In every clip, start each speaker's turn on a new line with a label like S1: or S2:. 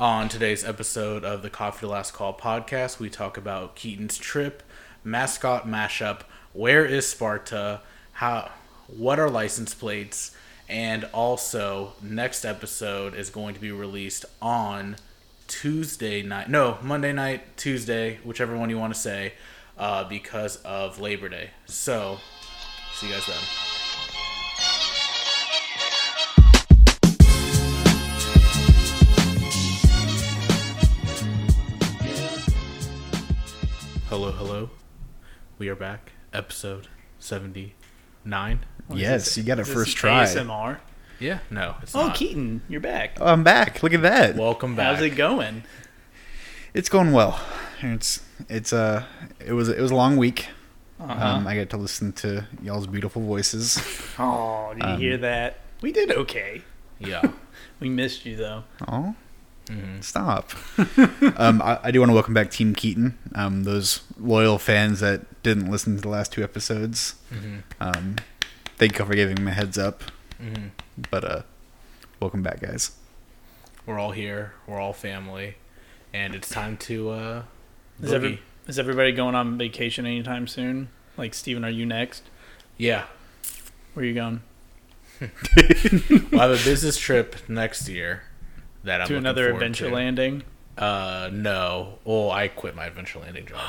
S1: On today's episode of the Coffee Last Call podcast, we talk about Keaton's trip, mascot mashup, where is Sparta, how, what are license plates, and also next episode is going to be released on Tuesday night, no Monday night, Tuesday, whichever one you want to say, uh, because of Labor Day. So, see you guys then. Hello, hello. We are back. Episode 79.
S2: yes, you got it
S3: This
S2: first
S3: is
S2: try.
S3: ASMR.
S1: Yeah, no, it's
S3: Oh,
S1: not.
S3: Keaton, you're back.
S2: Oh, I'm back. Look at that.
S1: Welcome back.
S3: How's it going?
S2: it's going well. It's it's uh it was it was a long week.
S3: Uh-huh.
S2: Um, I got to listen to y'all's beautiful voices.
S3: oh, did you hear that? We did okay.
S1: Yeah.
S3: We missed you though.
S2: Oh, stop. um, I, I do want to welcome back Team Keaton. Um, those loyal fans that didn't listen to the last two episodes. Um, thank you for giving me a heads up. But uh, welcome back, guys.
S1: We're all here. We're all family. And it's time to uh
S3: Is,
S1: boogie.
S3: every, is everybody going on vacation anytime soon? Like Steven, are you next?
S1: Yeah.
S3: Where are you going?
S1: We'll have a business trip next year that I'm
S3: to
S1: looking
S3: another
S1: forward
S3: adventure
S1: to.
S3: landing?
S1: Uh no. Oh, I quit my adventure landing job.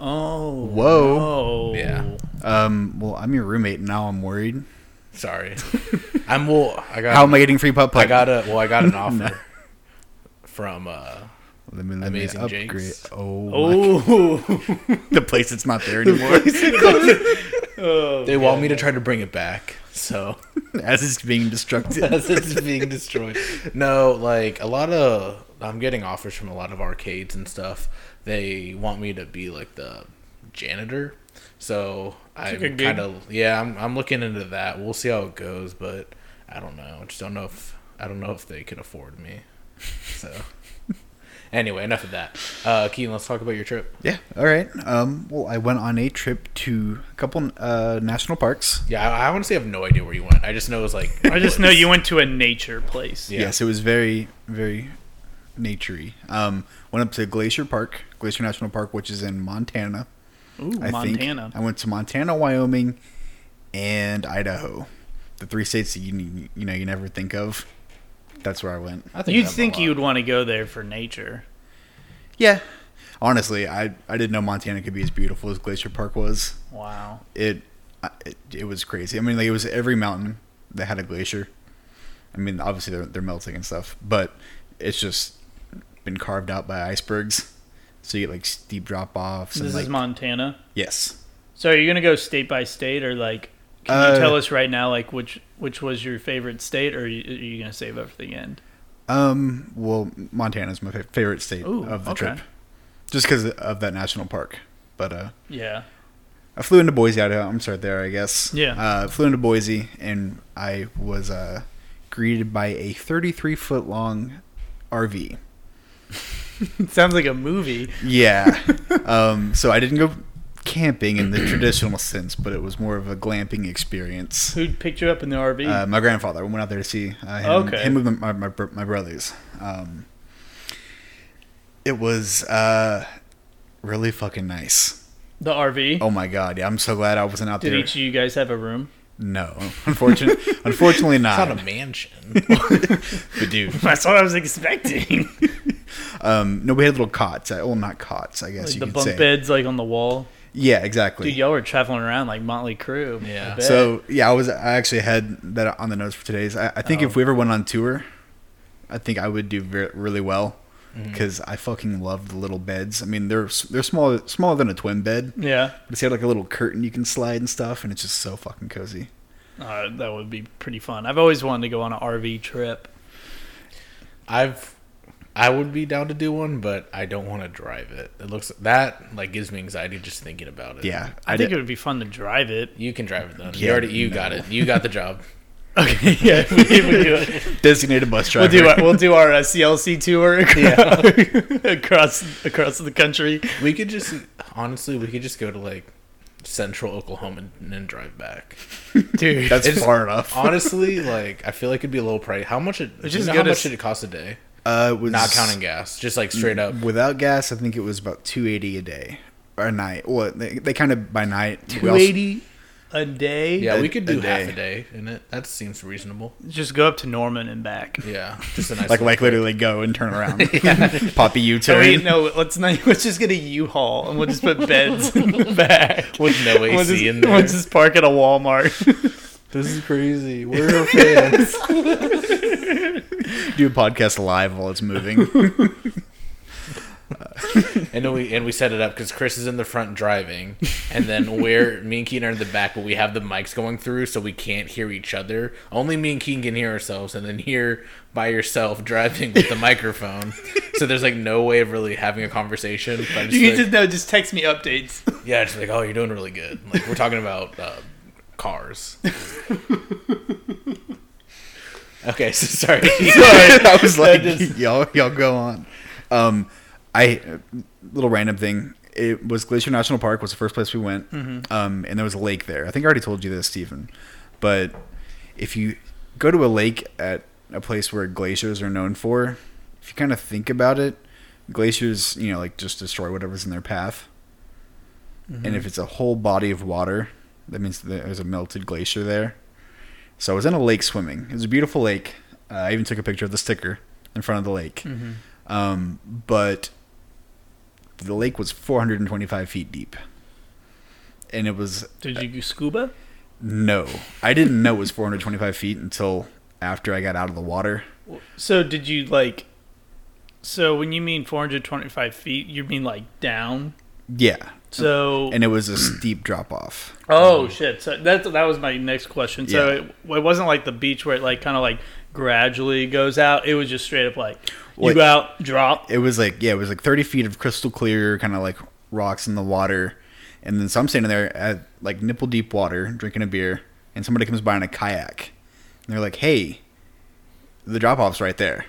S3: Oh.
S2: Whoa.
S3: no.
S1: Yeah.
S2: Um, well, I'm your roommate, and now I'm worried.
S1: Sorry. I'm well I got
S2: How am I getting free putt putt?
S1: I got a well I got an offer from uh
S2: Let me let
S1: Amazing
S2: me upgrade.
S1: Jake's.
S2: Oh, my-
S3: Oh.
S2: the place that's not there anymore,
S3: oh.
S1: they want me to try to bring it back. So
S2: as it's being destructed.
S1: as it's being destroyed. No, like a lot of I'm getting offers from a lot of arcades and stuff. They want me to be like the janitor. So I'm
S3: a gig.
S1: kind of yeah, I'm I'm looking into that. We'll see how it goes, but I don't know. I just don't know if I don't know if they can afford me. So anyway, enough of that. Uh Keen, let's talk about your trip.
S2: yeah. All right. Um. Well, I went on a trip to a couple uh national parks.
S1: Yeah, I, I honestly have no idea where you went. I just know it was like
S3: I just know you went to a nature place.
S1: Yeah.
S2: Yes, it was very very naturey. Um. Went up to Glacier Park, Glacier National Park, which is in Montana.
S3: Ooh,
S2: I
S3: Montana.
S2: Think. I went to Montana, Wyoming, and Idaho, the three states that you you know you never think of. That's where I went.
S1: I
S3: You'd
S1: I'm a
S3: think
S1: lot.
S3: you'd want to go there for nature.
S2: Yeah. Honestly, I I didn't know Montana could be as beautiful as Glacier Park was.
S3: Wow.
S2: It I- it, it was crazy. I mean, like it was every mountain that had a glacier. I mean, obviously they're they're melting and stuff, but it's just been carved out by icebergs. So you get like steep drop offs.
S3: This
S2: and like,
S3: is Montana.
S2: yes.
S3: So are you gonna go state by state, or like, can
S2: Uh,
S3: you tell us right now, like which which was your favorite state, or are you, are you gonna save up for the end?
S2: Um. Well, Montana's my fa- favorite state
S3: Ooh,
S2: of the
S3: okay.
S2: trip, just because of that national park. But uh,
S3: Yeah.
S2: I flew into Boise, Idaho. I'm sorry, there, I guess.
S3: Yeah.
S2: Uh, flew into Boise, and I was uh, greeted by a 33 foot long RV.
S3: Sounds like a movie.
S2: Yeah. um, so I didn't go camping in the traditional sense, but it was more of a glamping experience.
S3: Who picked you up in the RV?
S2: Uh, my grandfather went out there to see uh, him,
S3: Okay.
S2: him with my, my, br- my brothers. Um, it was uh, really fucking nice.
S3: the RV.
S2: Oh my god! Yeah, I'm so glad I wasn't out
S3: Did
S2: there.
S3: each of you guys have a room?
S2: No, unfortunately, unfortunately
S1: It's
S2: not.
S1: not a mansion.
S2: but dude,
S3: That's what I was expecting.
S2: um, no, we had little cots. Uh, Well, not cots, I guess
S3: like
S2: you
S3: the
S2: could
S3: bunk
S2: say.
S3: beds, like on the wall.
S2: Yeah, exactly.
S3: Dude, y'all were traveling around like Motley Crue. I
S1: Yeah.
S3: bet.
S2: so yeah, I was. I actually had that on the notes for today's. I, I think
S3: Oh.
S2: if we ever went on tour, I think I would do ver- really well
S3: Mm-hmm.
S2: because I fucking love the little beds. I mean, they're s- they're smaller smaller than a twin bed.
S3: yeah,
S2: But it's got like a little curtain you can slide and stuff, and it's just so fucking cozy.
S3: uh, that would be pretty fun. I've always wanted to go on an RV trip.
S1: I've I would be down to do one, but I don't want to drive it. It looks that like gives me anxiety just thinking about it.
S2: Yeah,
S3: I, think
S2: did-
S3: it would be fun to drive it.
S1: You can drive it though.
S2: Yeah,
S1: you already you got it. You got the job.
S3: Okay, yeah, if we, if we do it.
S2: designated bus driver.
S3: We'll do we'll do our uh, CLC tour across across the country.
S1: We could just honestly we could just go to like central Oklahoma and then drive back.
S3: Dude,
S2: That's
S1: It's-
S2: far enough.
S1: Honestly, like I feel like it'd be a little price. How much it
S3: It's
S1: do you
S3: just
S1: know
S3: good
S1: how
S3: to
S1: much
S3: s-
S1: did it cost a day?
S2: Uh, it was
S1: Not counting gas, just like straight up.
S2: Without gas, I think it was about 280 a day or a night. Well, they, they counted by night. We also-
S3: Two eighty a day.
S1: Yeah,
S2: A-
S1: we could
S2: a
S1: do half
S2: day.
S1: a day in it. That seems reasonable.
S3: Just go up to Norman and back.
S1: Yeah, just a nice
S2: like
S1: little
S2: like
S1: break.
S2: literally go and turn around, poppy U-turn.
S3: Oh, wait, no, let's not. Let's just get a U-Haul and we'll just put beds in the back.
S1: with no AC
S3: We'll just,
S1: in there.
S3: we'll just park at a Walmart.
S1: This is crazy. We're fans.
S2: Do a podcast live while it's moving.
S1: and then we and we set it up because Chris is in the front driving, and then we're me and Keenan are in the back, but we have the mics going through, so we can't hear each other. Only me and Keenan can hear ourselves, and then here by yourself driving with the microphone. So there's like no way of really having a conversation. But I'm just
S3: you
S1: like-
S3: can just no, just text me updates.
S1: Yeah, it's like, oh, you're doing really good. Like we're talking about uh, cars. okay, so sorry.
S2: I was like,
S1: just-
S2: y'all, y'all go on. Um, I little random thing. It was Glacier National Park was the first place we went,
S1: Mm-hmm.
S2: um, and there was a lake there. I think I already told you this, Stephen. But if you go to a lake at a place where glaciers are known for, if you kind of think about it, glaciers, you know, like just destroy whatever's in their path.
S1: Mm-hmm.
S2: And if it's a whole body of water, that means there's a melted glacier there. So I was in a lake swimming. It was a beautiful lake. Uh, I even took a picture of the sticker in front of the lake. Um, but the lake was 425 feet deep. And it was
S3: Did you scuba?
S2: no. I didn't know it was 425 feet until after I got out of the water.
S3: So did you like? So when you mean 425 feet, you mean like down?
S2: Yeah.
S3: So
S2: And it was a steep drop off.
S3: oh shit! So that that was my next question. So
S2: Um, Yeah.
S3: it, it wasn't like the beach where it like kind of like gradually goes out. It was just straight up like
S2: Wait.
S3: you go out, drop.
S2: It was like, yeah, it was like 30 feet of crystal clear, kind of like rocks in the water. And then so I'm standing there at like nipple deep water, drinking a beer, and somebody comes by in a kayak. And they're like, hey, the drop off's right there.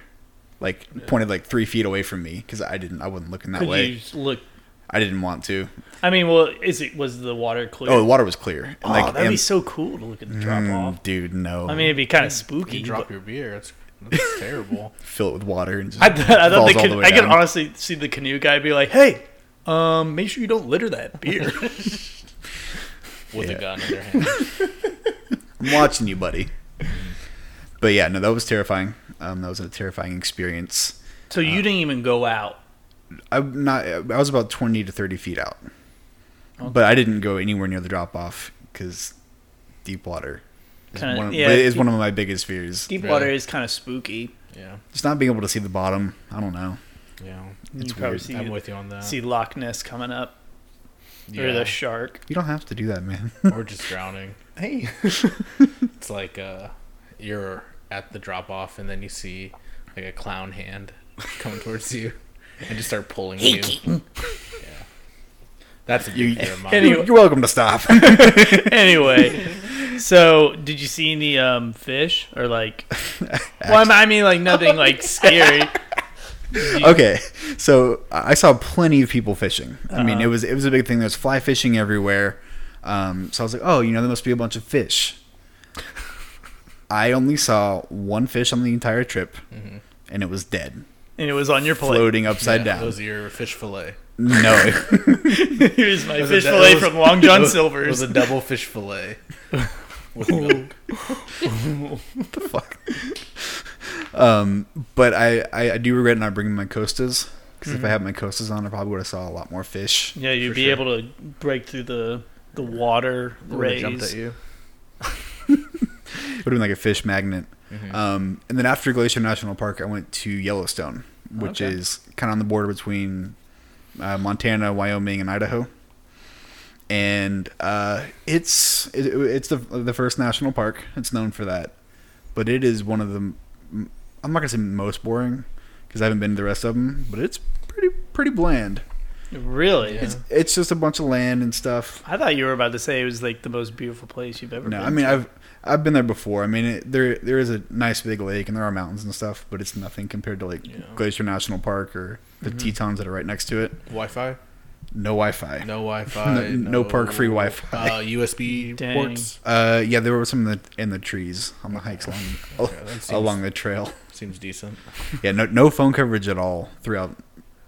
S2: Like pointed like three feet away from me because I didn't, I wasn't looking that
S3: Could
S2: way.
S3: you just look?
S2: I didn't want to.
S3: I mean, well, is it was the water clear?
S2: Oh, the water was clear. And,
S3: Oh, that'd be
S2: and-
S3: so cool to look at the drop
S2: Mm,
S3: off.
S2: dude. No,
S3: I mean, it'd be kind of
S1: you
S3: spooky.
S1: drop
S3: but-
S1: your beer. That's, that's terrible.
S2: fill it with water and just
S3: I, th- I thought
S2: falls
S3: they
S2: all
S3: could.
S2: the way
S3: I could
S2: down.
S3: honestly see the canoe guy be like, "Hey, um, make sure you don't litter that beer."
S1: With
S2: Yeah.
S1: a gun in their hand.
S2: I'm watching you, buddy. But yeah, no, that was terrifying. Um, that was a terrifying experience.
S3: so you didn't even go out.
S2: I'm not. I was about twenty to thirty feet out, but I didn't go anywhere near the drop off because deep water is,
S3: Kinda-
S2: one, of,
S3: yeah,
S2: is
S3: deep-
S2: one of my biggest fears.
S3: Deep
S1: Really?
S3: water is kind of spooky.
S1: Yeah,
S2: Just not being able to see the bottom. I don't know.
S1: yeah.
S2: It's
S3: you probably
S2: weird.
S3: see,
S1: I'm with you on that.
S3: see Loch Ness coming up or
S1: yeah.
S3: the shark.
S2: You don't have to do that, man.
S1: or just drowning.
S2: hey,
S1: It's like uh, you're at the drop off, and then you see like a clown hand coming towards you, and just start pulling you. yeah, that's a
S2: You-
S1: big fear of mine.
S3: Anyway.
S2: you're welcome to stop.
S3: anyway, so did you see any um, fish or like? Well, I'm- I mean, like nothing like scary.
S2: okay so i I saw plenty of people fishing i mean
S3: Uh-huh.
S2: it was it was a big thing there's fly fishing everywhere um, so i was like oh you know there must be a bunch of fish i only saw one fish on the entire trip
S3: Mm-hmm.
S2: and it was dead
S3: And it was on your plate.
S2: floating upside
S1: Yeah,
S2: down
S1: Those are your fish fillet.
S2: no
S3: Here's my
S1: It was
S3: fish
S1: a du-
S3: fillet
S1: it was-
S3: from Long
S1: it
S3: John
S1: was- It was
S3: Silver's.
S1: a double fish fillet. With milk.
S2: um, but I, I i do regret not bringing my costas because
S1: Mm-hmm.
S2: if i had my costas on i probably would have saw a lot more fish
S3: Yeah, you'd
S1: For
S3: be
S1: sure.
S3: able to break through the the water
S1: It would've jumped at
S3: rays.
S1: you.
S2: it would have been like a fish magnet um, and then after glacier national park i went to yellowstone which
S3: Okay.
S2: is kind of on the border between uh, montana wyoming and idaho and uh, it's it, it's the, the first national park it's known for that but it is one of the i'm not gonna say most boring because i haven't been to the rest of them but it's pretty pretty bland
S3: Really?
S1: Yeah.
S2: it's just a bunch of land and stuff
S3: I thought you were about to say it was like the most beautiful place you've ever
S2: No,
S3: been.
S2: I mean
S3: to.
S2: I've I've been there before. I mean it, there there is a nice big lake and there are mountains and stuff, but it's nothing compared to like
S1: Yeah.
S2: Glacier National Park or the Tetons that are right next to it.
S1: Wi-Fi.
S2: no Wi-Fi.
S1: No Wi-Fi.
S2: No- no park-free Wi-Fi.
S1: Uh, USB
S3: Dang.
S1: ports.
S2: Uh, yeah, there were some in the in the trees on the hikes along
S1: that seems-
S2: along the trail.
S1: Seems decent.
S2: Yeah, no no phone coverage at all throughout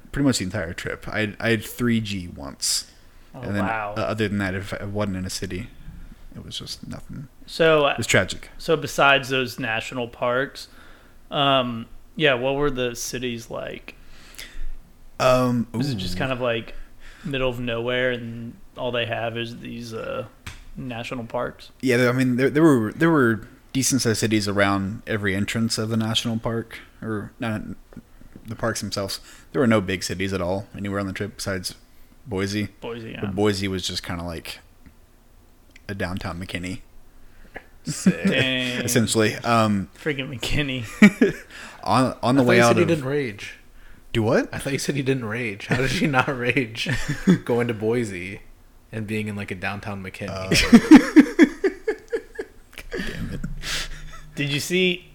S2: pretty much the entire trip. I I had 3G once,
S3: Oh,
S2: and then
S3: wow.
S2: uh, other than that, if I wasn't in a city, it was just nothing.
S3: so
S2: It was tragic.
S3: so besides those national parks, um, yeah, what were the cities like?
S2: Um,
S3: Was it
S2: ooh.
S3: just kind of like middle of nowhere and all they have is these uh, national parks?
S2: Yeah, there- I mean there, there were there were decent sized cities around every entrance of the national park or not the parks themselves. There were no big cities at all anywhere on the trip besides Boise.
S3: Boise, yeah.
S2: But Boise was just kind of like a downtown McKinney
S3: Dang.
S2: essentially. Um,
S3: Freaking McKinney.
S2: on
S1: I
S2: on the
S1: thought
S2: way
S1: you said
S2: out
S1: he
S2: of
S1: didn't rage.
S2: do what?
S1: I thought you said he didn't rage. How did you not rage going to Boise and being in like a downtown McKinney?
S3: Uh.
S2: Damn it.
S3: Did you see?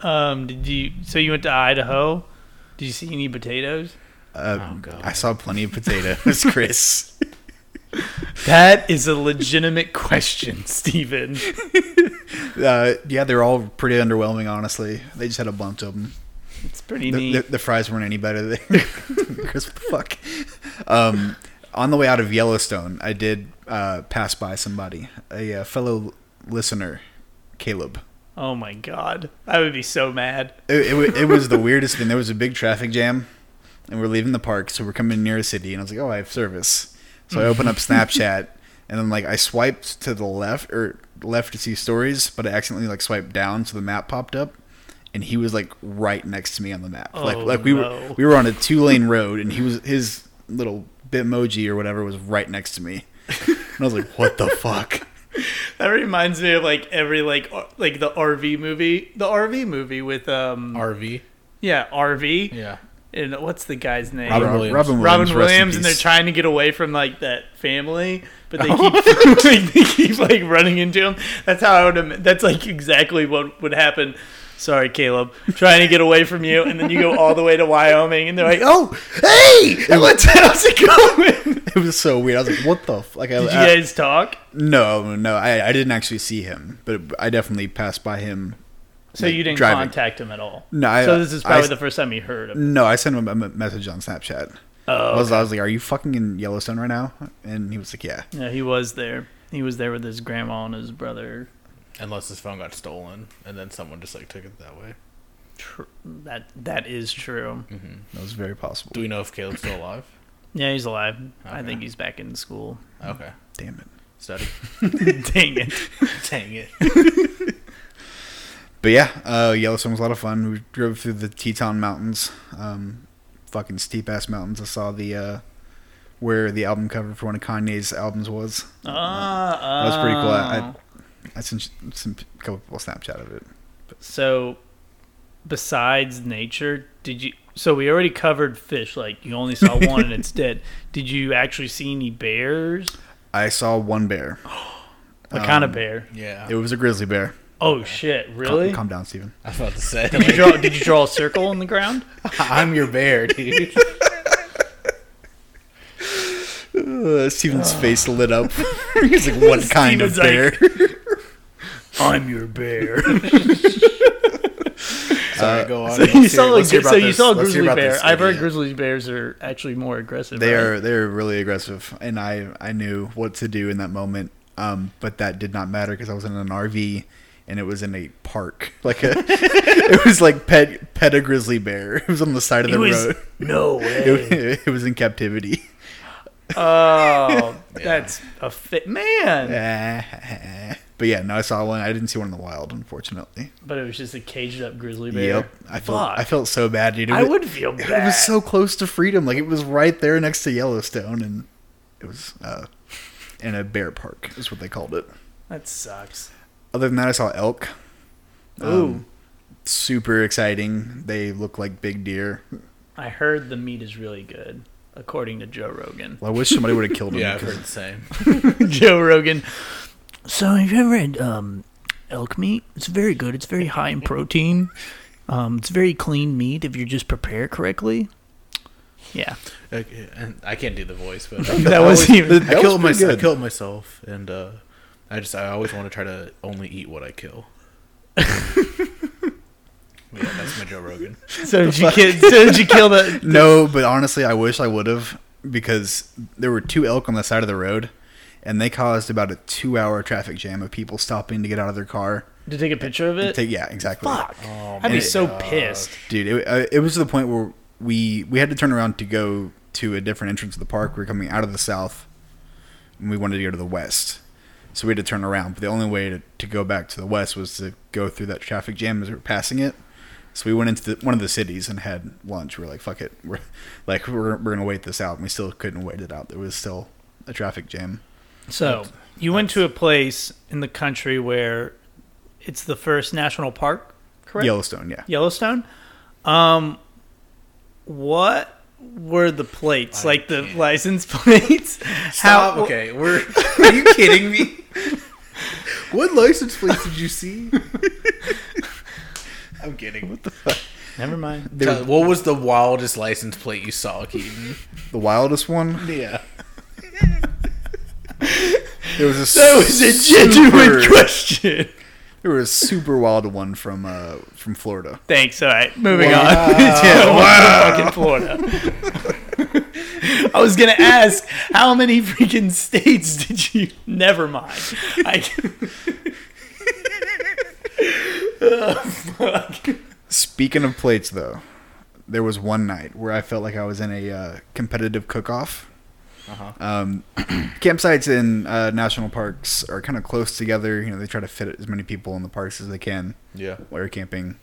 S3: Um, did you? So you went to Idaho. Did you see any potatoes?
S2: Uh,
S1: Oh, God.
S2: I saw plenty of potatoes, Chris.
S3: That is a legitimate question, Steven.
S2: uh, yeah, they're all pretty underwhelming. Honestly, they just had a bunch of them.
S3: It's pretty
S2: The,
S3: neat.
S2: the, the fries weren't any better than Chris. Fuck. Um, on the way out of Yellowstone, I did uh, pass by somebody, a uh, fellow listener, Caleb.
S3: oh my god, I would be so mad.
S2: It, it, wa- it was the weirdest thing. There was a big traffic jam, and we're leaving the park, so we're coming near a city, and I was like, "Oh, I have service." So I open up Snapchat, and then like I swiped to the left or left to see stories, but I accidentally like swiped down, so the map popped up, and he was like right next to me on the map. like
S3: Oh,
S2: like we were
S3: no.
S2: we were on a two lane road, and he was his little bitmoji or whatever was right next to me, and I was like, "What the fuck."
S3: That reminds me of like every like R- like the RV movie, the RV movie with um
S1: RV.
S3: yeah RV
S1: Yeah.
S3: and what's the guy's name
S1: Robin
S2: Rob-
S1: Williams.
S3: Robin
S2: rest in
S3: Williams, and they're
S2: peace.
S3: trying to get away from like that family, but they keep like, they keep like running into him. That's how I would. Im- that's like exactly what would happen. Sorry, Caleb, trying to get away from you, and then you go all the way to Wyoming, and they're like, "Oh,
S2: hey, it was,
S3: what how's it going?" Did
S2: it was so weird. I was like, "What the f-? like?" I,
S3: you
S2: I-
S3: guys talk?
S2: No, no, I, I didn't actually see him, but I definitely passed by him.
S3: So
S2: like,
S3: you didn't
S2: driving.
S3: contact him at all.
S2: No, I-
S3: so this is probably
S2: I-
S3: the first time you heard of. Him.
S2: No, I sent him a me- message on Snapchat. I,
S3: Oh,
S2: was, I was like, "Are you fucking in Yellowstone right now?" And he was like, "Yeah."
S3: yeah, he was there. He was there with his grandma and his brother.
S1: Unless his phone got stolen and then someone just like took it that way.
S3: Tr- That that is true.
S2: That was very possible.
S1: Do we know if Caleb's still alive?
S3: Yeah, he's alive. I
S1: Okay.
S3: think he's back in school.
S1: Okay.
S2: Damn it.
S1: Study.
S3: Dang it.
S1: Dang it.
S2: But yeah, uh, Yellowstone was a lot of fun. We drove through the Teton Mountains, um, fucking steep ass mountains. I saw the uh, where the album cover for one of Kanye's albums was. That
S3: Ah,
S2: was pretty cool. I-
S3: ah.
S2: I sent some a couple people Snapchat of it.
S3: so, besides nature, did you? So we already covered fish. Like you only saw one and it's dead. Did you actually see any bears?
S2: I saw one bear.
S3: What kind of
S2: Um,
S3: bear?
S1: Yeah.
S2: It was a grizzly bear.
S3: Oh shit!
S2: Calm-
S3: Really?
S2: Calm down, Steven.
S1: I was about to say.
S3: Did you
S1: like,
S3: draw? Did you draw a circle on the ground?
S1: I'm your bear, dude.
S2: Uh, Steven's face lit up. He's like, what kind of
S3: Steven's like-
S2: bear?
S3: I'm your bear.
S1: Sorry, go on.
S3: Uh, so you
S1: Let's hear-
S3: saw a,
S1: let's hear
S3: gr-
S1: about
S3: so you
S1: this.
S3: saw a
S2: Let's hear
S3: grizzly
S2: about
S3: bear.
S2: this
S3: I've heard
S2: idiot.
S3: grizzly bears are actually more aggressive.
S2: they
S3: right?
S2: are they are really aggressive, and I I knew what to do in that moment. Um, but that did not matter because I was in an RV and it was in a park. Like a, it was like pet pet a grizzly bear. It was on the side of
S3: It
S2: the
S3: was-
S2: road.
S3: no way.
S2: It, it was in captivity.
S3: oh, that's a fit man.
S2: but yeah, no, I saw one. I didn't see one in the wild, unfortunately.
S3: But it was just a caged up grizzly bear.
S2: Yep, I felt
S3: Fuck.
S2: I felt so bad, dude. It
S3: I
S2: was-
S3: would feel
S2: it
S3: bad.
S2: was so close to freedom. Like it was right there next to Yellowstone, and it was uh, in a bear park is what they called it.
S3: that sucks.
S2: Other than that, I saw elk. Um,
S3: Ooh.
S2: super exciting. They look like big deer.
S3: I heard the meat is really good, according to Joe Rogan.
S2: Well, I wish somebody would have killed them.
S1: Yeah, I've
S2: because-
S1: heard the same.
S3: Joe Rogan. So have you ever had um, elk meat? It's very good. It's very high in protein. Um, it's very clean meat if you just prepare it correctly. Yeah.
S1: I, and I can't do the voice, but
S3: That
S1: I always-
S3: wasn't even-
S2: That
S1: I
S2: was
S1: killed
S2: pretty
S1: myself. I
S2: good.
S1: killed myself, and uh, I just I always want to try to only eat what I kill. yeah, that's my Joe Rogan.
S3: So did you kill? So did you kill the?
S2: No, but honestly, I wish I would have because there were two elk on the side of the road, and they caused about a two-hour traffic jam of people stopping to get out of their car.
S3: Did you take a picture of it?
S2: Take- yeah, exactly.
S3: Fuck!
S1: Oh,
S3: I'd be
S1: my
S3: so
S1: God.
S3: pissed.
S2: dude. It, uh, it was to the point where we we had to turn around to go to a different entrance of the park. We were coming out of the south, and we wanted to go to the west, so we had to turn around. But the only way to, to go back to the west was to go through that traffic jam as we were passing it. So we went into the, one of the cities and had lunch. We were like, "Fuck it, we're like we're, we're gonna wait this out." And we still couldn't wait it out. There was still a traffic jam.
S3: So you went to a place in the country where it's the first national park, correct?
S2: Yellowstone, yeah.
S3: Yellowstone. Um, what were the plates
S1: I
S3: like? The
S1: can't.
S3: license plates?
S1: Stop.
S3: How?
S1: okay, we're. Are you kidding me? what license plate did you see? I'm kidding. What the fuck?
S3: Never mind.
S1: what was the wildest license plate you saw, Keaton?
S2: The wildest one.
S1: yeah.
S2: There was a
S3: That was a genuine question.
S2: there was a super wild one from uh from Florida.
S3: Thanks. All right, moving
S2: Wow.
S3: on. yeah, wow. fucking Florida. I was gonna ask how many freaking states did you? Never mind. I,
S2: Speaking of plates, though, there was one night where I felt like I was in a uh, competitive cook-off.
S1: Uh-huh.
S2: Um, campsites in uh, national parks are kind of close together. You know, they try to fit as many people in the parks as they can
S1: Yeah.
S2: while you're camping.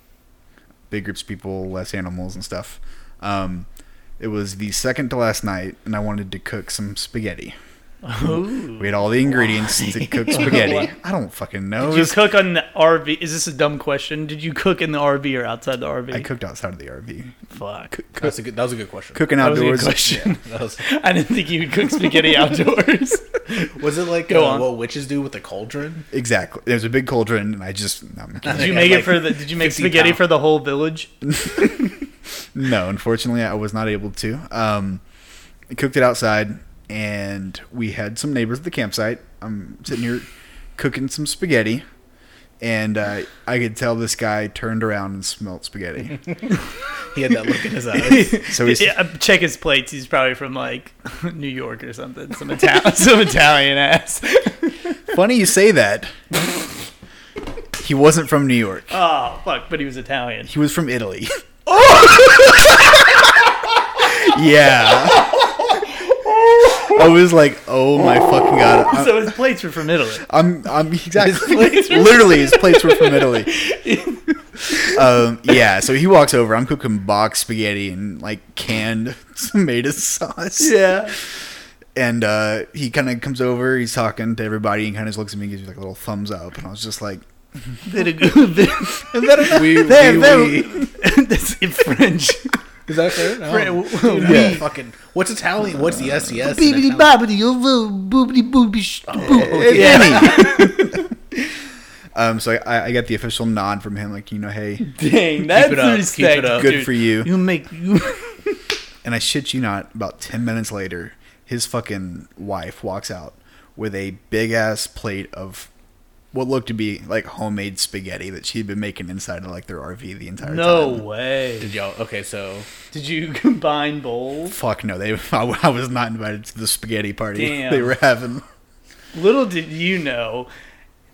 S2: Big groups of people, less animals and stuff. Um, it was the second to last night, and I wanted to cook some spaghetti.
S3: Ooh.
S2: We had all the ingredients to cook spaghetti. I don't fucking know.
S3: Did you cook on the RV? Is this a dumb question? Did you cook in the RV or outside the RV?
S2: I cooked outside of the RV.
S3: Fuck.
S1: That's a good. That was a good question.
S2: Cooking
S3: That was a good
S2: outdoors.
S3: question.
S1: That was,
S3: I didn't think you would cook spaghetti outdoors.
S1: was it like
S3: Go
S1: uh,
S3: on.
S1: what witches do with the cauldron?
S2: Exactly. There's a big cauldron, and I just no, I'm kidding.
S3: Did you
S1: Yeah,
S3: make it
S1: like
S3: for the? Did you make
S1: 50
S3: spaghetti
S1: pound.
S3: for the whole village?
S2: no. Unfortunately, I was not able to. Um, I cooked it outside, and we had some neighbors at the campsite. I'm sitting here cooking some spaghetti, and uh, I could tell this guy turned around and smelled spaghetti.
S1: He had that look in his eyes.
S2: So he's-
S3: Yeah, uh, check his plates. He's probably from like New York or something. Some Italian, some Italian ass.
S2: Funny you say that. he wasn't from New York.
S3: Oh fuck! But he was Italian.
S2: He was from Italy. yeah. I was like, oh my fucking god. I-
S3: So his plates were from Italy.
S2: I'm I'm exactly
S3: plates were-
S2: literally his plates were from Italy. um, yeah, so he walks over. I'm cooking box spaghetti and like canned tomato sauce.
S3: Yeah.
S2: and uh, he kind of comes over. He's talking to everybody. and kind of just looks at me, and gives me like a little thumbs up, and I was just like,
S3: Did a good bit.
S1: We-
S3: There,
S1: we-
S3: there.
S1: we-
S3: That's in French.
S1: Is that fair? No.
S3: Fran-
S1: Dude,
S3: w-
S1: we-
S2: yeah.
S1: Fucking. What's Italian? What's yes, yes? in
S3: Bibbidi
S1: Italian?
S3: bobbidi ovo boobity booby sh- boo.
S2: "Hey,
S3: Oh, Yeah.
S2: Benny." um, so I, I got the official nod from him, like you know, hey,
S3: Dang, that's
S1: it up, keep
S3: respect.
S1: it up.
S2: good
S3: dude.
S2: for you.
S3: You make you.
S2: And I shit you not, about 10 minutes later, his fucking wife walks out with a big ass plate of what looked to be like homemade spaghetti that she'd been making inside of like their RV the entire
S3: No
S2: time.
S3: way.
S1: Did y'all? Okay, so
S3: Did you combine bowls?
S2: Fuck no, they. I, I was not invited to the spaghetti party
S3: Damn.
S2: they were having.
S3: Little did you know,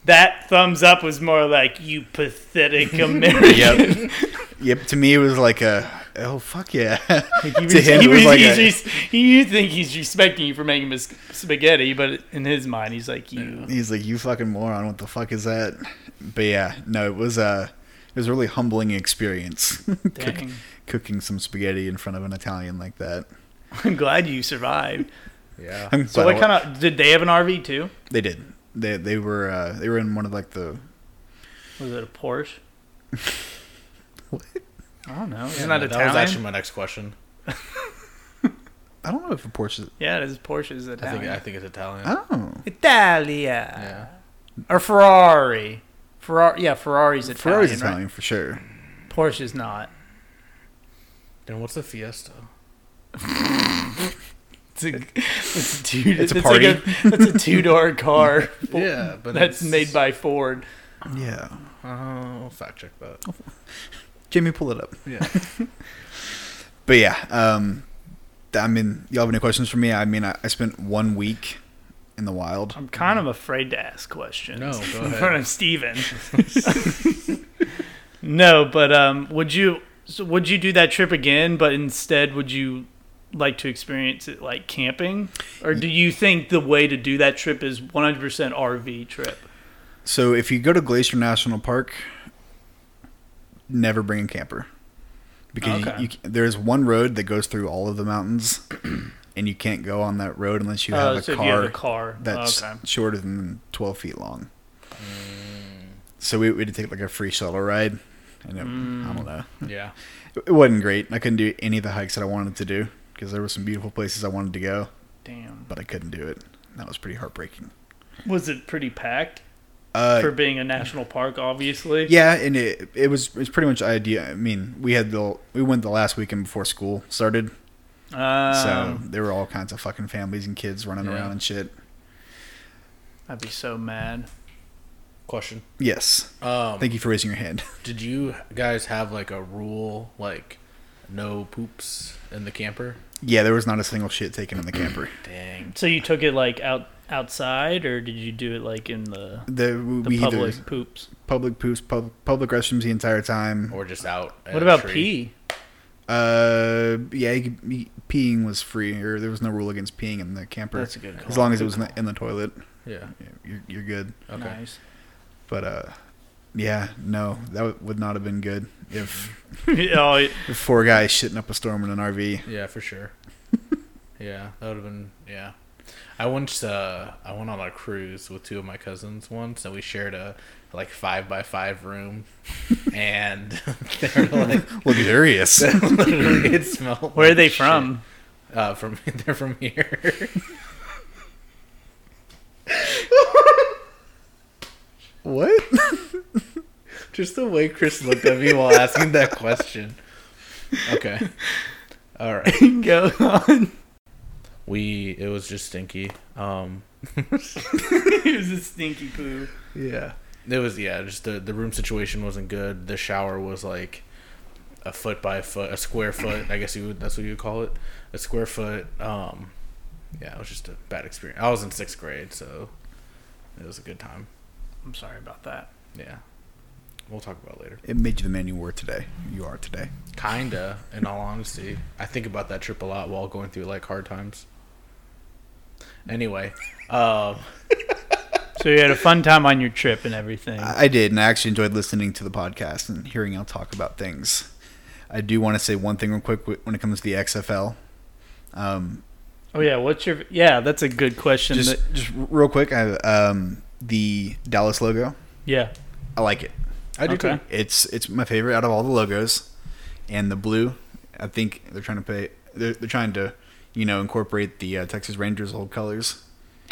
S3: that thumbs up was more like you pathetic American.
S2: Yep. yep. To me, it was like a oh fuck yeah.
S3: He
S2: to
S3: was-
S2: him, it was
S3: he was-
S2: like
S3: he's
S2: a,
S3: res- he- you think he's respecting you for making mis- spaghetti, but in his mind, he's like you.
S2: he's like you fucking moron. What the fuck is that? But yeah, no, it was uh, it was a really humbling experience. Cook-
S3: Dang.
S2: cooking some spaghetti in front of an Italian like that.
S3: I'm glad you survived.
S1: yeah.
S2: I'm
S3: So
S2: glad
S3: what
S2: I-
S3: kind of did they have an RV too?
S2: They did. They they were uh, they were in one of like the
S3: Was it a Porsche?
S2: What?
S3: I don't know.
S1: Yeah,
S3: Isn't
S1: no,
S3: that
S1: that
S3: Italian?
S1: was actually my next question.
S2: I don't know if a Porsche.
S3: yeah, it is Porsche's
S1: I
S3: Italian.
S1: think I think it's Italian.
S2: Oh,
S3: Italia
S1: Yeah.
S3: or Ferrari. Ferrari, yeah, Ferrari's Italian.
S2: Ferrari's
S3: right?
S2: Italian for sure.
S3: Porsche's not.
S1: Then what's the Fiesta?
S3: It's a, it's a two.
S2: It's
S3: It's
S2: a
S3: Like a, that's a two-door car.
S1: Yeah, but it's-
S3: that's made by Ford.
S2: Yeah.
S1: Oh, fact check that.
S2: Jimmy, pull it up.
S1: Yeah.
S2: But yeah, um, th- I mean, y'all have any questions for me? I mean, I, I spent one week in the wild.
S3: I'm kind of afraid to ask questions.
S1: No, go
S3: in
S1: ahead.
S3: front of Steven. no, but um, would you so would you do that trip again? But instead, would you like to experience it like camping, or do you think the way to do that trip is 100% RV trip?
S2: So if you go to Glacier National Park, never bring a camper because you-
S3: Okay.
S2: you, c there's one road that goes through all of the mountains, and you can't go on that road unless you have
S3: Uh,
S2: a
S3: so
S2: car
S3: if you have a car,
S2: that's
S3: okay.
S2: shorter than 12 feet long.
S3: Mm.
S2: So we we had to take like a free shuttle ride, and it, I
S3: Mm.
S2: don't know.
S1: Yeah.
S2: It wasn't great. I couldn't do any of the hikes that I wanted to do because there were some beautiful places I wanted to go,
S3: Damn,
S2: but I couldn't do it. That was pretty heartbreaking.
S3: was it pretty packed
S2: Uh,
S3: for being a national park? Obviously,
S2: yeah, and it it was it's pretty much idea. I mean, we had the we went the last weekend before school started, so
S3: Um,
S2: there were all kinds of fucking families and kids running
S1: Yeah.
S2: around and shit.
S3: I'd be so mad.
S1: Question.
S2: Yes,
S1: Um,
S2: thank you for raising your hand.
S1: did you guys have like a rule like no poops in the camper?
S2: yeah, there was not a single shit taken in the camper.
S1: Dang.
S3: So you took it like out outside, or did you do it like in the
S2: The,
S3: the
S2: we
S3: public
S2: either
S3: poops?
S2: public poops, pub, public restrooms the entire time.
S1: Or just out. in
S3: What
S1: a
S3: about
S1: tree?
S3: pee?
S2: Uh, yeah, you could- you- peeing was free, or there was no rule against peeing in the camper.
S3: That's a good call.
S2: as long as it was in the, in the toilet,
S1: Yeah.
S2: you're, you're good.
S1: Okay.
S3: Nice.
S2: But uh, yeah, no, that w- would not have been good if,
S3: oh, it-
S2: if four guys shitting up a storm in an RV.
S1: Yeah, for sure. yeah, that would have been yeah. I once uh, I went on a cruise with two of my cousins once, and we shared a like five by five room, and they're like
S2: Luxurious.
S1: literally it smelled.
S3: where are
S1: like
S3: they
S1: shit.
S3: from?
S1: Uh, from they're from here.
S2: what?
S1: Just the way Chris looked at me while asking that question. Okay. All right.
S3: Go on.
S1: We it was just stinky. Um.
S3: it was a stinky poo.
S1: Yeah. It was yeah, just the the room situation wasn't good. The shower was like a foot by a foot, a square foot. I guess you would that's what you would call it, a square foot. Um, yeah, it was just a bad experience. I was in sixth grade, so it was a good time.
S3: I'm sorry about that.
S1: Yeah, we'll talk about it later.
S2: It made you the man you were today. You are today.
S1: Kinda, in all honesty, I think about that trip a lot while going through like hard times. Anyway, um,
S3: So you had a fun time on your trip and everything.
S2: I I did, and I actually enjoyed listening to the podcast and hearing y'all talk about things. I do want to say one thing real quick wh- when it comes to the XFL. Um,
S3: oh yeah, what's your? Yeah, that's a good question.
S2: just,
S3: that-
S2: just r- real quick, I, um, the Dallas logo.
S3: yeah.
S2: I like it.
S1: I do
S3: Okay.
S1: too.
S2: It's it's my favorite out of all the logos, and the blue. I think they're trying to pay. They're, they're trying to, you know, incorporate the uh, Texas Rangers old colors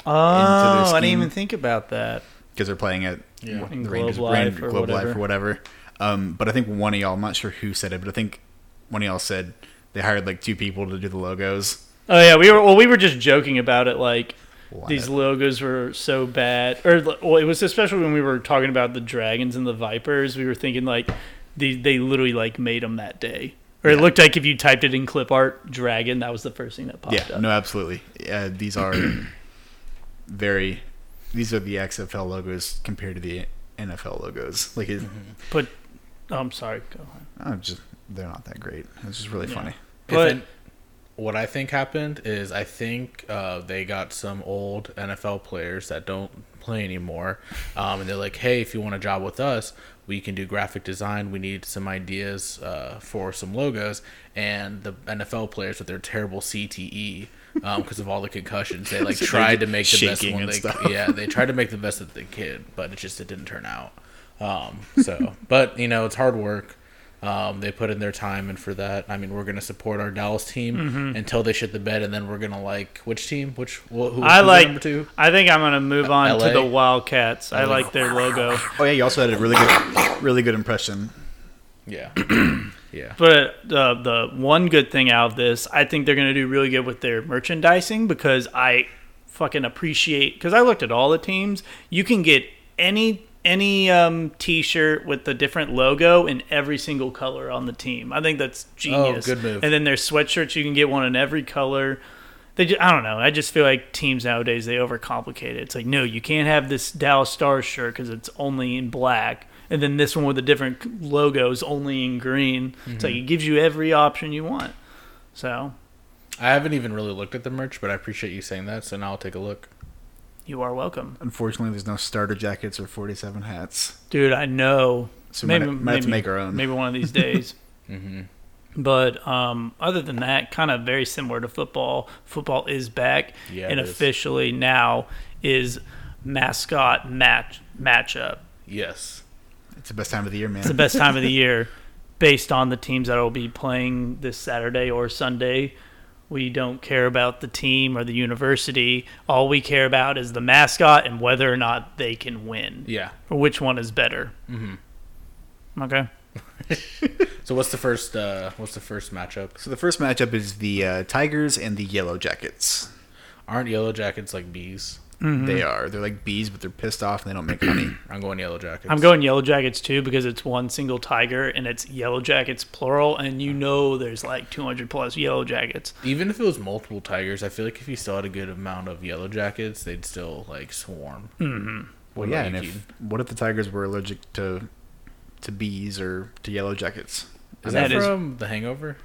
S3: Oh, I
S2: scheme.
S3: didn't even think about that.
S2: because they're playing at
S1: Yeah.
S2: what,
S3: In
S2: the
S3: Globe
S2: Rangers,
S3: Life
S2: Rangers-
S3: or
S2: Globe Life
S3: whatever.
S2: or whatever. Um, but I think one of y'all, I'm not sure who said it, but I think one of y'all said they hired like two people to do the logos.
S3: Oh yeah, we were. Well, we were just joking about it. Like
S2: Why
S3: these
S2: not?
S3: logos were so bad, or well, it was especially when we were talking about the dragons and the vipers. We were thinking like they they literally like made them that day, or it looked like if you typed it in clip art dragon, that was the first thing that popped
S2: yeah,
S3: up.
S2: no, absolutely. Uh, these are very. These are the XFL logos compared to the NFL logos. Like, it,
S3: But oh, I'm sorry. Go on.
S2: I'm just they're not that great. It's just really
S3: Yeah.
S2: funny.
S1: If
S3: But-
S1: it- what I think happened is I think uh, they got some old NFL players that don't play anymore, um, and they're like, "Hey, if you want a job with us, we can do graphic design. We need some ideas uh, for some logos." And the NFL players with their terrible CTE. Because um, of all the concussions, they like
S2: So they're
S1: tried to
S2: just
S1: make the best
S2: shaking
S1: one.
S2: and
S1: They,
S2: stuff.
S1: yeah, they tried to make the best that they could, but it just it didn't turn out. Um, so, but you know, it's hard work. Um, they put in their time, and for that, I mean, we're gonna support our Dallas team
S3: Mm-hmm.
S1: until they shit the bed, and then we're gonna like which team? Which wh- who?
S3: I
S1: who's
S3: like.
S1: number two?
S3: I think I'm gonna move on
S1: LA?
S3: to the Wildcats. I like their logo.
S2: Oh yeah, you also had a really good, really good impression.
S1: Yeah,
S2: Yeah.
S3: But uh, the one good thing out of this, I think they're going to do really good with their merchandising because I fucking appreciate because I looked at all the teams. You can get any any um, T-shirt with the different logo in every single color on the team. I think that's genius.
S1: Oh, good move.
S3: And then their sweatshirts, you can get one in every color. They just, I don't know. I just feel like teams nowadays they overcomplicate it. It's like no, you can't have this Dallas Stars shirt because it's only in black, and then this one with a different logo is only in green. It's
S2: Mm-hmm.
S3: like it gives you every option you want. So
S1: I haven't even really looked at the merch, but I appreciate you saying that, so now I'll take a look.
S3: you are welcome,
S2: Unfortunately, there's no starter jackets or 47 hats.
S3: dude. I know.
S2: So we might, might have to make our own. Mm-hmm.
S3: Maybe one of these days. But um, other than that, kind of very similar to football. Football is back,
S1: Yeah,
S3: and
S1: it is.
S3: officially now is mascot match matchup.
S1: Yes.
S2: It's the best time of the year, man.
S3: It's the best time of the year based on the teams that will be playing this Saturday or Sunday. We don't care about the team or the university. All we care about is the mascot and whether or not they can win
S1: Yeah.
S3: or which one is better. Mm-hmm. Okay.
S1: So what's the first uh what's the first matchup?
S2: So the first matchup is the uh, Tigers and the Yellow Jackets.
S1: Aren't yellow jackets like bees?
S3: Mm-hmm.
S2: They are. They're like bees, but they're pissed off and they don't make honey.
S1: I'm going yellow jackets.
S3: I'm going Yellow Jackets too because it's one single tiger and it's Yellow Jackets plural, and you know there's like 200 plus Yellow Jackets.
S1: Even if it was multiple tigers, I feel like if you still had a good amount of yellow jackets, they'd still like swarm.
S3: Hmm,
S1: Mm-hmm.
S2: Well, yeah, and if what if the Tigers were allergic to to bees or to Yellow Jackets?
S1: is
S3: that
S1: that,
S3: is-
S1: from The Hangover?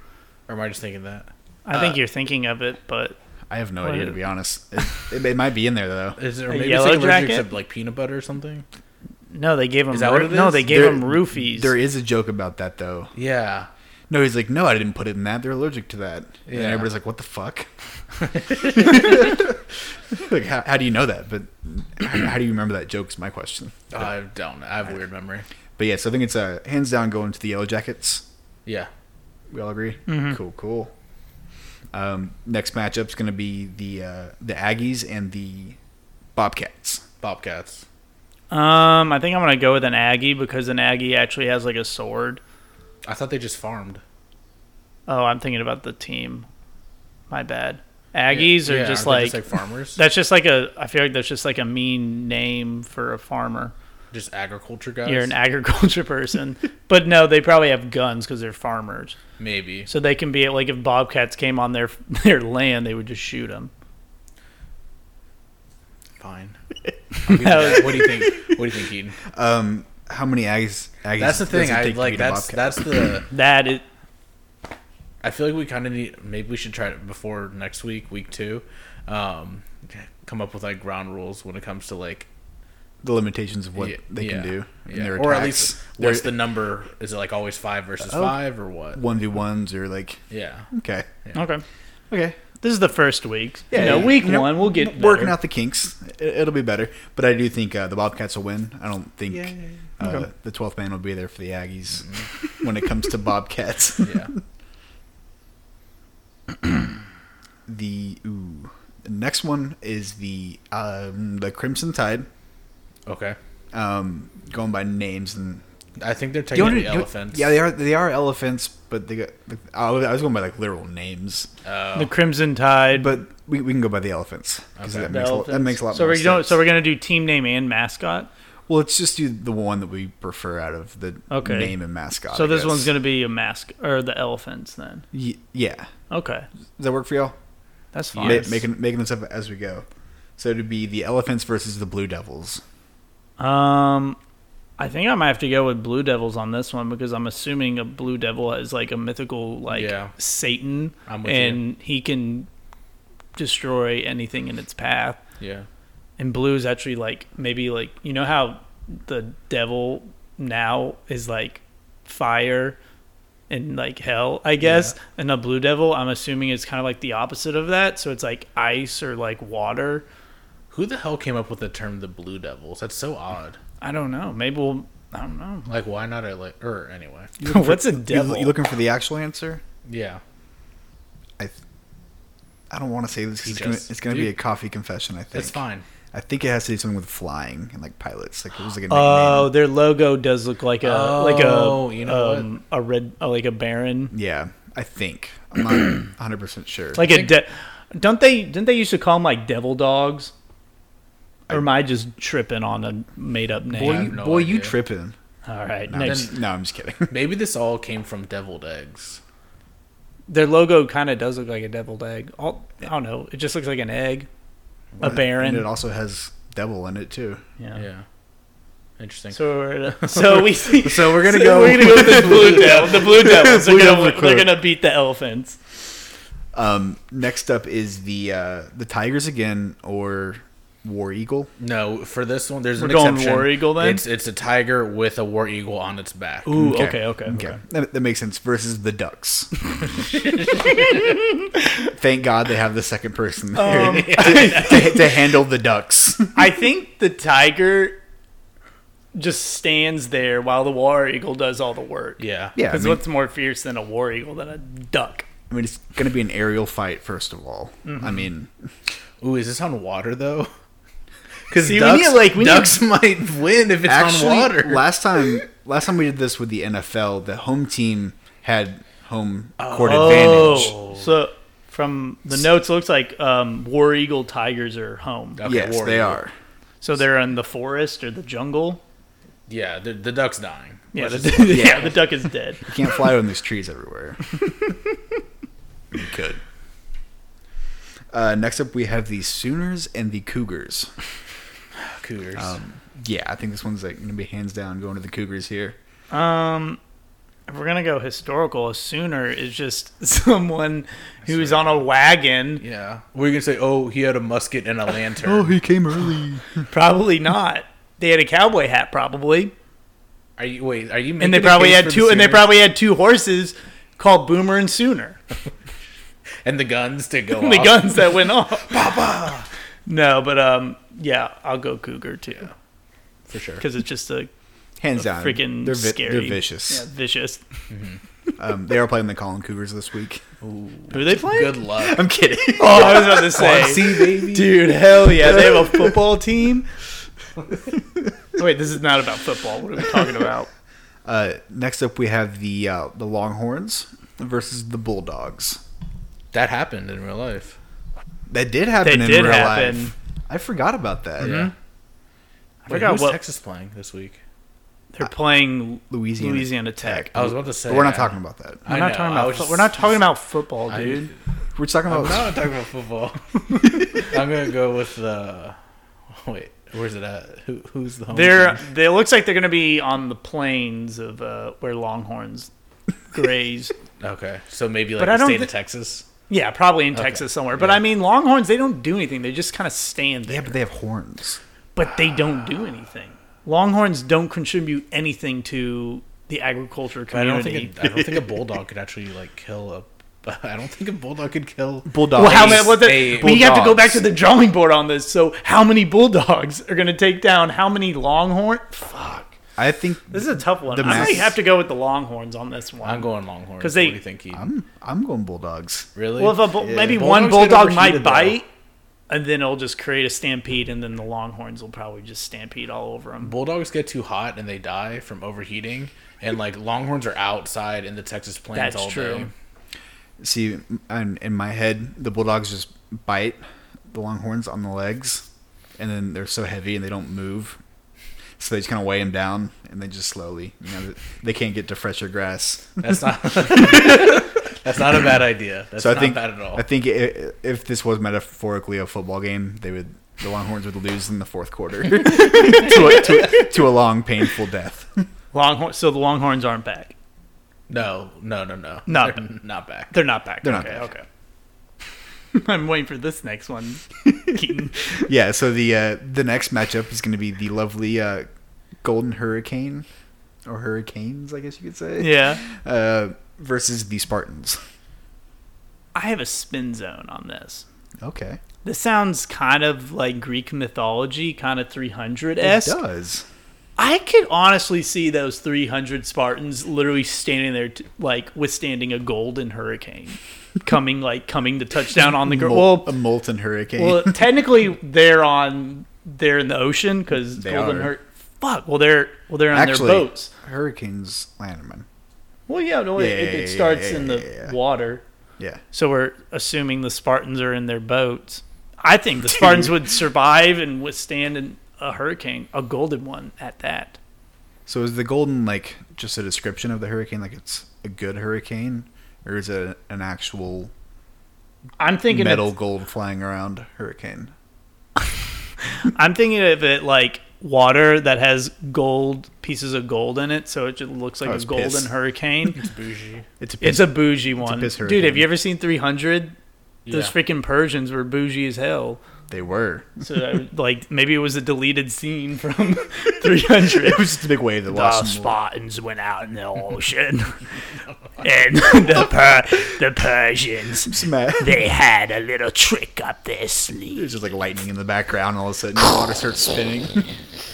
S1: Or am I just thinking that?
S3: I
S1: Uh,
S3: think you're thinking of it, but
S2: I have no
S3: What
S2: idea
S3: is-
S2: to be honest. It, it, it might be in there though.
S1: Is there
S3: A
S1: maybe it's
S3: Yellow
S1: like allergic
S3: Jacket?
S1: except like peanut butter or something?
S3: no, they gave them.
S1: Is that what it
S3: no,
S1: is?
S3: they gave
S2: There-
S3: them roofies.
S2: There is a joke about that though.
S1: Yeah.
S2: No, he's like, no, I didn't put it in that. They're allergic to that. And
S1: Yeah.
S2: everybody's like, what the fuck? like, how, how do you know that? But how, how do you remember that joke is my question.
S1: I don't. I have a weird memory.
S2: But yeah, so I think it's uh, hands down going to the Yellow Jackets.
S1: Yeah.
S2: We all agree.
S1: Mm-hmm.
S2: Cool, cool. Um, next matchup's going to be the uh, the Aggies and the Bobcats.
S1: Bobcats.
S3: Um, I think I'm gonna go with an Aggie because an Aggie actually has like a sword.
S1: I thought they just farmed.
S3: Oh, I'm thinking about the team. My bad. Aggies
S1: Yeah,
S3: are just
S1: aren't they
S3: like,
S1: just like farmers.
S3: that's just like a. I feel like that's just like a mean name for a farmer.
S1: just agriculture guys.
S3: You're an agriculture person, but no, they probably have guns because they're farmers.
S1: Maybe.
S3: So they can be like if bobcats came on their their land, they would just shoot them.
S1: Fine. I'll give you that. what do you think? What do you think, Keaton?
S2: Um, how many Aggies? Aggies
S1: That's the
S2: does it
S1: thing. I
S2: take to
S1: like
S2: beat a
S1: that's
S2: Bobcat?
S1: that's the.
S3: That is
S1: I feel like we kind of need. Maybe we should try it before next week, week two. Um, come up with like ground rules when it comes to like
S2: the limitations of what
S1: yeah,
S2: they
S1: yeah,
S2: can do. in
S1: yeah.
S2: their
S1: or at
S2: attacks.
S1: least
S2: Their-
S1: what's the number? Is it like always five versus
S2: Oh.
S1: five or what?
S2: one v ones or like
S1: Yeah,
S2: okay,
S3: okay.
S2: okay.
S3: This is the first week.
S2: Yeah,
S3: you know,
S2: yeah.
S3: week
S2: You know,
S3: one we'll
S2: working
S3: get better.
S2: out the kinks. It, it'll be better, but I do think uh, the Bobcats will win. I don't think
S1: Yeah, yeah, Mm-hmm.
S2: Uh, the twelfth man will be there for the Aggies when it comes to Bobcats.
S1: yeah.
S2: the ooh, the next one is the um, the Crimson Tide.
S1: Okay.
S2: Um, going by names and
S1: I think they're
S2: Do
S1: taking
S2: you wanna-
S1: the
S2: do you-
S1: elephants.
S2: Yeah, they are they are elephants, but they got. I was I was going by like literal names,
S3: the Crimson Tide.
S2: but we, we can go by the elephants because
S1: Okay.
S2: that,
S3: the
S2: makes a lot- that
S3: elephants.
S2: makes a lot.
S3: So
S2: more
S3: we're going.
S2: sense.
S3: So we're gonna do team name and mascot.
S2: Well, let's just do the one that we prefer out of the
S3: Okay.
S2: name and mascot.
S3: so
S2: I
S3: this
S2: guess.
S3: one's gonna be a mask or the elephants then.
S2: Y- yeah. Does
S3: Okay,
S2: that work for y'all?
S3: that's
S2: Ma-
S3: fine.
S2: making making this up as we go. So it'd be the elephants versus the blue devils.
S3: Um, I think I might have to go with Blue Devils on this one because I'm assuming a Blue Devil is like a mythical like
S1: Yeah.
S3: Satan,
S1: I'm with
S3: and he can destroy anything in its path.
S1: yeah.
S3: And blue is actually like maybe like you know how the devil now is like fire and like hell, I guess. And a blue devil, I'm assuming is kind of like the opposite of that. So it's like ice or like water.
S1: Who the hell came up with the term the Blue Devils? That's so odd.
S3: I don't know. Maybe we'll. I don't know.
S1: Like, why not a like? Or anyway,
S3: What's a
S2: You,
S3: devil?
S2: you looking for the actual answer?
S1: yeah.
S2: I th- I don't want to say this
S1: He
S2: because it's going
S1: just-
S2: it's going to be a
S1: dude.
S2: coffee confession. I think
S1: That's fine.
S2: I think it has to do something with flying and like pilots. Like it was like a nickname.
S3: Oh, their logo does look like a like
S1: Oh,
S3: a
S1: you know
S3: um, a red uh, like a baron
S2: yeah, I think I'm not 100 percent sure.
S3: like a de- don't they didn't they used to call them like devil dogs? Or am I just tripping on a made up
S2: boy,
S1: I
S3: name?
S1: have
S2: you,
S1: no
S2: boy, you
S1: idea.
S2: tripping?
S3: All right,
S2: No,
S3: next.
S2: I'm just- no, I'm just kidding.
S1: Maybe this all came from deviled eggs.
S3: Their logo kind of does look like a deviled egg. All, I don't know. It just looks like an egg, a
S2: and it
S3: baron.
S2: also has devil in it too.
S3: Yeah.
S1: Yeah. Interesting.
S3: So we're, so we see.
S2: So we're gonna
S3: so
S2: go.
S3: We're gonna go with the blue devil. The blue devils. They're,
S2: Blue
S3: gonna,
S2: Devil
S3: win-
S2: Club.
S3: they're gonna beat the elephants.
S2: Um, next up is the uh, the tigers again or war eagle.
S1: No, for this one, there's
S3: We're
S1: an
S3: going
S1: exception.
S3: war eagle, then?
S1: It's it's a tiger with a war eagle on its back.
S3: Ooh. Mm, Okay. Okay. Okay.
S2: That, that makes sense. Versus the ducks. Thank God they have the second person there
S3: Um,
S2: to, to- to handle the ducks.
S3: I think the tiger just stands there while the war eagle does all the work.
S1: Yeah.
S2: Yeah, I
S3: Because
S2: mean,
S3: what's more fierce than a war eagle than a duck?
S2: I mean, it's going to be an aerial fight first of all. I mean,
S1: Ooh, is this on water though? Because
S3: See, we
S1: ducks,
S3: need, like, we need-
S1: ducks might win if it's
S2: actually,
S1: on water.
S2: last time last time we did this with the NFL, the home team had home court
S3: Oh.
S2: advantage.
S3: so from the notes, it looks like um, war eagle tigers are home.
S1: Okay,
S2: yes,
S1: war
S2: they
S1: eagle.
S2: are.
S3: So they're in the forest or the jungle.
S1: Yeah, the, the duck's dying.
S3: Yeah,
S1: Let's
S3: the,
S1: just-
S3: yeah. the duck is dead.
S2: You can't fly when there's trees everywhere. you could. Uh, next up, we have the Sooners and the Cougars.
S1: cougars.
S2: Um, yeah, I think this one's like going to be hands down going to the Cougars here.
S3: Um, if we're gonna go historical, a sooner is just someone who's on a wagon.
S1: yeah. We're gonna say, oh, he had a musket and a lantern.
S2: he came early.
S3: Probably not. They had a cowboy hat, probably,
S1: Are you wait? Are you? Making
S3: and they
S1: a
S3: probably
S1: case
S3: had
S1: for the
S3: two, and they
S1: Sooners
S3: probably had two horses called Boomer and Sooner.
S1: and the guns to go.
S3: the
S1: off.
S3: guns that went off. Papa. No, but um, yeah, I'll go Cougar too
S1: for sure.
S3: because it's just a
S2: Hands down.
S3: freaking
S2: they're, vi-
S3: scary.
S2: they're vicious.
S3: Yeah, vicious.
S2: Um, they are playing the Colin Cougars this week.
S3: Who are they playing?
S1: Good luck.
S2: I'm kidding.
S3: Oh, I was about to say.
S1: See, baby.
S3: Dude, hell yeah. They have a football team. Wait, this is not about football. What are we talking about?
S2: Uh, next up, we have the uh, the Longhorns versus the Bulldogs.
S1: That happened in real life.
S2: That did happen
S3: That
S2: in
S3: did
S2: real
S3: happen. Mm-hmm.
S2: life. I forgot about that.
S1: Yeah.
S3: I
S1: Wait,
S3: forgot
S1: who's
S3: what
S1: Texas playing this week?
S3: they're playing
S2: Louisiana.
S3: Louisiana Tech.
S1: I was about to say.
S2: But we're not
S1: I-
S2: talking about that.
S1: Oh, I
S3: We're not
S1: know,
S3: talking
S1: I
S3: about
S1: was
S3: fo-
S1: just-
S3: we're not talking about football,
S1: I-
S3: dude.
S2: We're talking
S1: I'm not
S2: about
S1: talking about football. I'm gonna go with the. Wait, where's it at? Who, who's the home?
S3: They're
S1: team?
S3: they it looks like they're going to be on the plains of uh, where Longhorns graze.
S1: okay. So maybe like
S3: But I
S1: the
S3: don't
S1: state
S3: thi-
S1: of Texas.
S3: yeah, probably in Texas somewhere. But I mean, Longhorns they don't do anything. They just kind of stand there.
S2: Yeah, but they have horns.
S3: but they don't do anything. Longhorns don't contribute anything to the agriculture
S1: But I
S3: community.
S1: don't think a, I don't think a bulldog could actually like kill a. I don't think a bulldog could kill.
S2: Bulldogs.
S3: well, how
S1: Ace,
S3: many? Well, the,
S1: a-
S3: we have to go
S2: Bulldogs.
S3: back to the drawing board on this. So, how many bulldogs are going to take down how many longhorn? Fuck,
S2: I think hmm,
S3: this is a tough one.
S2: The
S3: I might
S2: mass-
S3: have to go with the longhorns on this one.
S1: I'm going Longhorns.
S3: 'Cause they-
S1: what do you think? Keaton?
S2: I'm I'm going Bulldogs.
S1: Really?
S3: well, if a, bull
S2: Yeah.
S3: maybe
S1: Bulldogs
S3: one
S1: get
S3: bulldog
S1: overheated, though.
S3: might bite, and then it'll just create a stampede, and then the longhorns will probably just stampede all over them.
S1: bulldogs get too hot and they die from overheating, and like Longhorns are outside in the Texas plains
S3: That's
S1: all
S3: true.
S1: day.
S2: See, in, in my head, the Bulldogs just bite the Longhorns on the legs, and then they're so heavy and they don't move, so they just kind of weigh them down, and they just slowly, you know, they can't get to fresher grass.
S1: That's not. that's not a bad idea. That's
S2: so I
S1: not
S2: think
S1: bad at all.
S2: I think i if this was metaphorically a football game, they would the Longhorns would lose in the fourth quarter to, a, to, a- to a long, painful death.
S3: Longhorn. So the longhorns aren't back.
S1: No, no, no, no.
S3: Not-
S1: They're not back.
S3: They're not back.
S2: They're not
S3: okay,
S2: back.
S3: okay. I'm waiting for this next one. Keaton.
S2: yeah. So the uh, the next matchup is going to be the lovely uh, Golden Hurricane or Hurricanes, I guess you could say.
S3: Yeah.
S2: Uh, versus the Spartans.
S3: I have a spin zone on this.
S2: Okay.
S3: This sounds kind of like Greek mythology, kind of 300
S2: It
S3: esque.
S2: does.
S3: I could honestly see those 300 Spartans literally standing there, t- like withstanding a golden hurricane, coming like coming to touchdown on the
S2: Mol-
S3: ground.
S2: a molten hurricane.
S3: Well, well, technically they're on they're in the ocean because it's
S2: They
S3: cold and
S2: are.
S3: hurt. Fuck. Well, they're well, they're on
S2: Actually,
S3: their boats.
S2: Hurricanes Landerman.
S3: Well, yeah, no, it,
S2: Yeah,
S3: it,
S2: yeah,
S3: it starts
S2: yeah,
S3: in the
S2: yeah, yeah.
S3: water.
S2: Yeah.
S3: So we're assuming the Spartans are in their boats. I think the Spartans would survive and withstand an, a hurricane, a golden one at that.
S2: So is the golden like just a description of the hurricane, like it's a good hurricane, or is it an actual
S3: I'm thinking it's-
S2: metal gold flying around hurricane?
S3: I'm thinking of it like water that has gold pieces of gold in it, so it just looks like
S2: Oh,
S3: a
S2: it's
S3: golden
S2: piss.
S3: hurricane.
S1: Bougie.
S2: It's a piece
S3: It's a bougie one,
S2: piss
S3: dude. Have
S2: hurricane.
S3: you ever seen 300?
S1: Yeah.
S3: Those freaking Persians were bougie as hell.
S2: they were.
S3: So I would- like maybe it was a deleted scene from 300.
S2: It was just a big wave that
S3: the
S2: lost. some-
S3: Spartans went out in the ocean, and the per- the Persians
S2: some, uh,
S3: they had a little trick up their
S2: There's
S3: sleeve.
S2: just like lightning in the background. All of a sudden, the water starts spinning.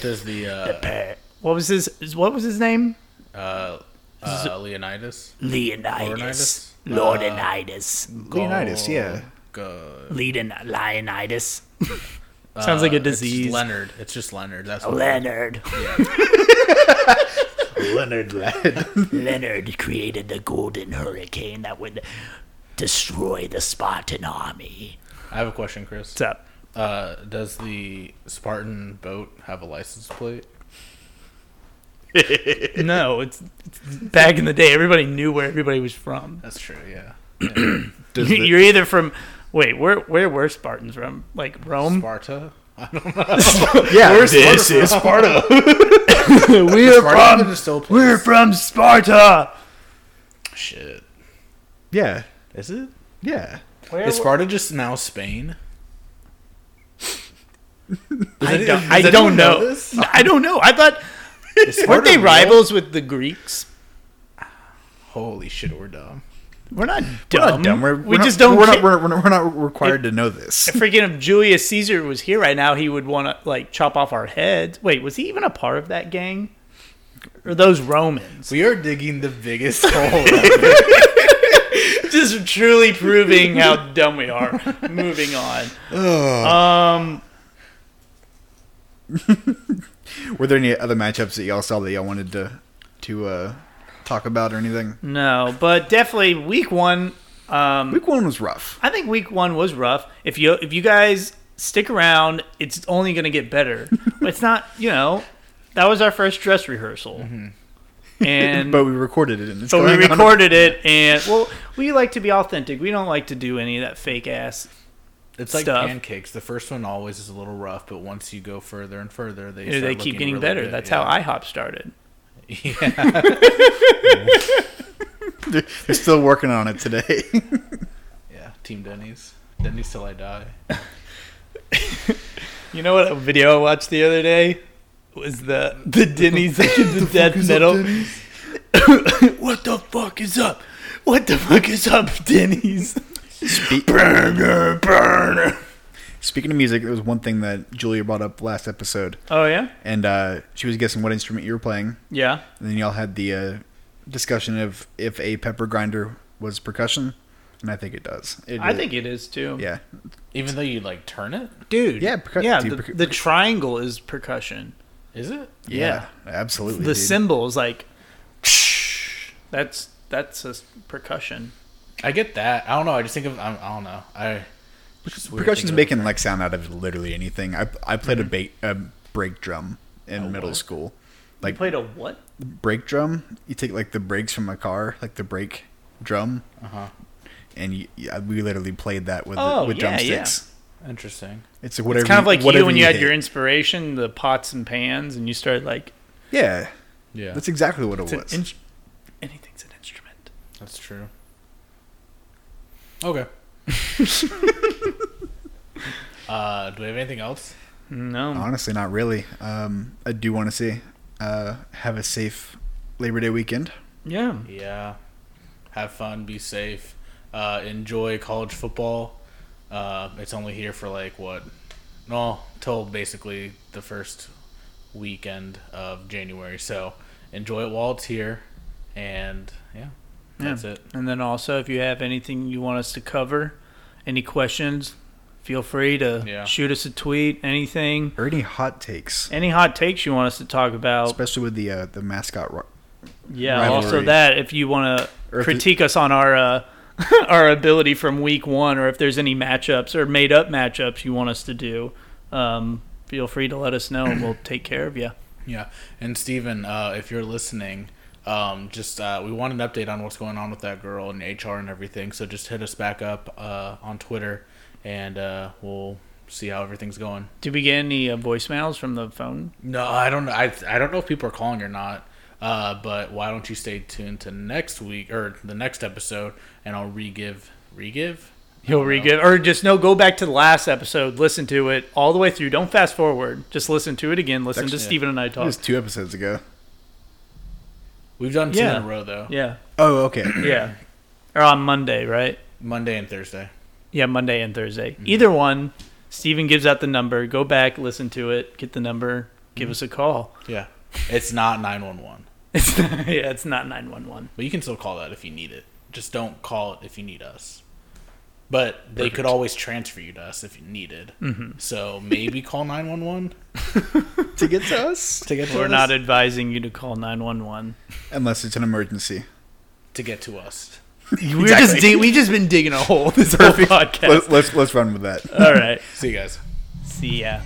S1: Does the uh,
S3: Per- What was his? What was his name?
S1: uh, uh, Leonidas?
S3: Leonidas.
S1: Leonidas?
S3: Leonidas.
S2: Leonidas, yeah.
S1: Oh, Go-
S3: Leonidas. Leonidas. Sounds like a
S1: uh, it's
S3: disease.
S1: Leonard. It's just Leonard. That's what
S4: Leonard.
S2: Leonard Lad.
S4: Leonard created the golden hurricane that would destroy the Spartan army.
S1: I have a question, Chris.
S3: What's up?
S1: Uh, does the Spartan boat have a license plate?
S3: No, it's, it's back in the day. Everybody knew where everybody was from.
S1: That's true. Yeah.
S2: Does the-
S3: You're either from. Wait, where where were Spartans from? Like Rome?
S1: Sparta.
S2: yeah, this is Sparta.
S3: we are
S1: Sparta is still a place.
S3: We're from Sparta.
S1: Shit.
S2: yeah,
S1: Is it?
S2: yeah.
S3: Where
S1: Is Sparta just now Spain? Does
S3: I
S1: any-
S3: don't,
S1: does
S3: I
S1: anyone
S3: don't know.
S1: this?
S3: I don't know. I thought
S1: Is Sparta
S3: weren't they
S1: real?
S3: rivals with the Greeks?
S1: Holy shit, we're dumb.
S3: We're not
S2: We're
S3: dumb.
S2: not dumb. We're,
S3: we
S2: we're
S3: just
S2: not,
S3: don't.
S2: We're
S3: ca-
S2: not, we're, we're not, we're not required to know this.
S3: freaking if Julius Caesar was here right now, he would want to like chop off our heads. Wait, was he even a part of that gang? Or those Romans?
S1: We are digging the biggest hole. ever.
S3: Just truly proving how dumb we are. Moving on. Um,
S2: Were there any other matchups that y'all saw that y'all wanted to to uh, talk about or anything?
S3: no, but definitely week one. Um,
S2: Week one was rough.
S3: I think week one was rough. If you if you guys stick around, it's only gonna get better. it's not, you know, that was our first dress rehearsal, and
S2: But we recorded it. And it's
S3: but we
S2: going on-
S3: recorded it, and well, we like to be authentic. We don't like to do any of that fake ass.
S1: It's like
S3: Stuff.
S1: pancakes. The first one always is a little rough, but once you go further and further, they
S3: You know,
S1: start
S3: they keep
S1: looking
S3: getting
S1: really
S3: better.
S1: good,
S3: That's
S1: yeah.
S3: how IHOP started.
S1: Yeah.
S2: They're they're still working on it today.
S1: yeah. Team Denny's. Denny's till I die.
S3: You know what video I watched the other day was the the Denny's like the, death metal. what the fuck is up? What the fuck is up, Denny's?
S2: burner, burner. Speaking of music, there was one thing that Julia brought up last episode,
S3: Oh yeah,
S2: and uh, she was guessing what instrument you were playing.
S3: yeah.
S2: And then y'all had the uh, discussion of if a pepper grinder was percussion, and I think it does. It
S3: I
S2: is.
S3: think it is too.
S2: Yeah.
S1: Even though you like turn it,
S3: Dude.
S2: Yeah, percu-
S3: yeah.
S2: dude,
S3: The,
S2: percu-
S3: the triangle is percussion.
S1: is it?
S2: Yeah. absolutely.
S3: The
S2: dude.
S3: cymbal is like, that's that's a s- percussion.
S1: I get that. I don't know. I just think of I, I don't know. I it's just weird
S2: percussion's
S1: thinking
S2: making like sound out of literally anything. I I played
S3: Mm-hmm.
S2: a, ba- a break drum in
S3: Oh,
S2: middle school. Like
S3: You played a what?
S2: brake drum, you take like the brakes from a car, like the brake drum.
S1: Uh-huh.
S2: And you, yeah, we literally played that with
S3: Oh,
S2: with
S3: yeah, yeah.
S2: drumsticks.
S1: of- Interesting.
S2: It's like whatever.
S3: It's kind of like you
S2: whatever
S3: when you, had
S2: hit.
S3: your inspiration, the pots and pans, and you started like
S2: Yeah,
S1: Yeah,
S2: that's
S1: that's,
S2: exactly what it
S3: it's an
S2: was.
S3: in- anything's an instrument.
S1: true. Okay. uh, do we have anything else?
S3: No.
S2: Honestly, not really. Um, I do want to say, uh, have a safe Labor Day weekend.
S3: Yeah.
S1: Yeah. Have fun. Be safe. Uh, enjoy college football. Uh, it's only here for like what? No, till basically the first weekend of January. So enjoy it while it's here. And yeah, that's
S3: Yeah.
S1: it.
S3: And then also, if you have anything you want us to cover, any questions, Feel free to
S1: Yeah.
S3: shoot us a tweet, anything,
S2: Or any hot takes,
S3: any hot takes you want us to talk about.
S2: especially with the uh, the mascot. Ro-
S3: yeah,
S2: rivalry.
S3: also that if you want
S2: Or
S3: to
S2: if it-
S3: critique us on our uh, our ability from week one, or if there's any matchups or made up matchups you want us to do, um, feel free to let us know, and we'll take care of you.
S1: Yeah, and Steven, uh, if you're listening, um, just uh, we want an update on what's going on with that girl and HR and everything. So just hit us back up uh, on Twitter, and uh, we'll see how everything's going.
S3: Did we get any uh, voicemails from the phone?
S1: No, I don't know. I I don't know if people are calling or not. Uh, but why don't you stay tuned to next week or the next episode, and I'll re-give, re-give.
S3: He'll re-give, or just no. Go back to the last episode, listen to it all the way through. Don't fast forward. Just listen to it again. Listen
S2: Actually,
S3: to Steven and I
S2: it
S3: talk.
S2: was two episodes ago.
S1: We've done two in
S3: Yeah.
S1: a row though.
S3: yeah,
S2: Oh, okay.
S3: yeah. Or on Monday, right?
S1: Monday and Thursday.
S3: Yeah, Monday and Thursday. Either one. Steven gives out the number. Go back, listen to it, get the number, give us a call.
S1: Yeah, it's not nine one one,
S3: It's not, yeah, it's not nine one one.
S1: but you can still call that if you need it. Just don't call it if you need us. But they could always transfer you to us if you needed. Mm-hmm. So maybe call nine one one
S2: to get to us,
S1: to get to
S3: We're
S1: us.
S3: not advising you to call nine one one.
S2: unless it's an emergency.
S1: to get to us.
S3: We're just dig- we just been digging a hole this whole podcast.
S2: Let, let's let's run with that.
S3: All right,
S1: See you guys.
S3: see ya.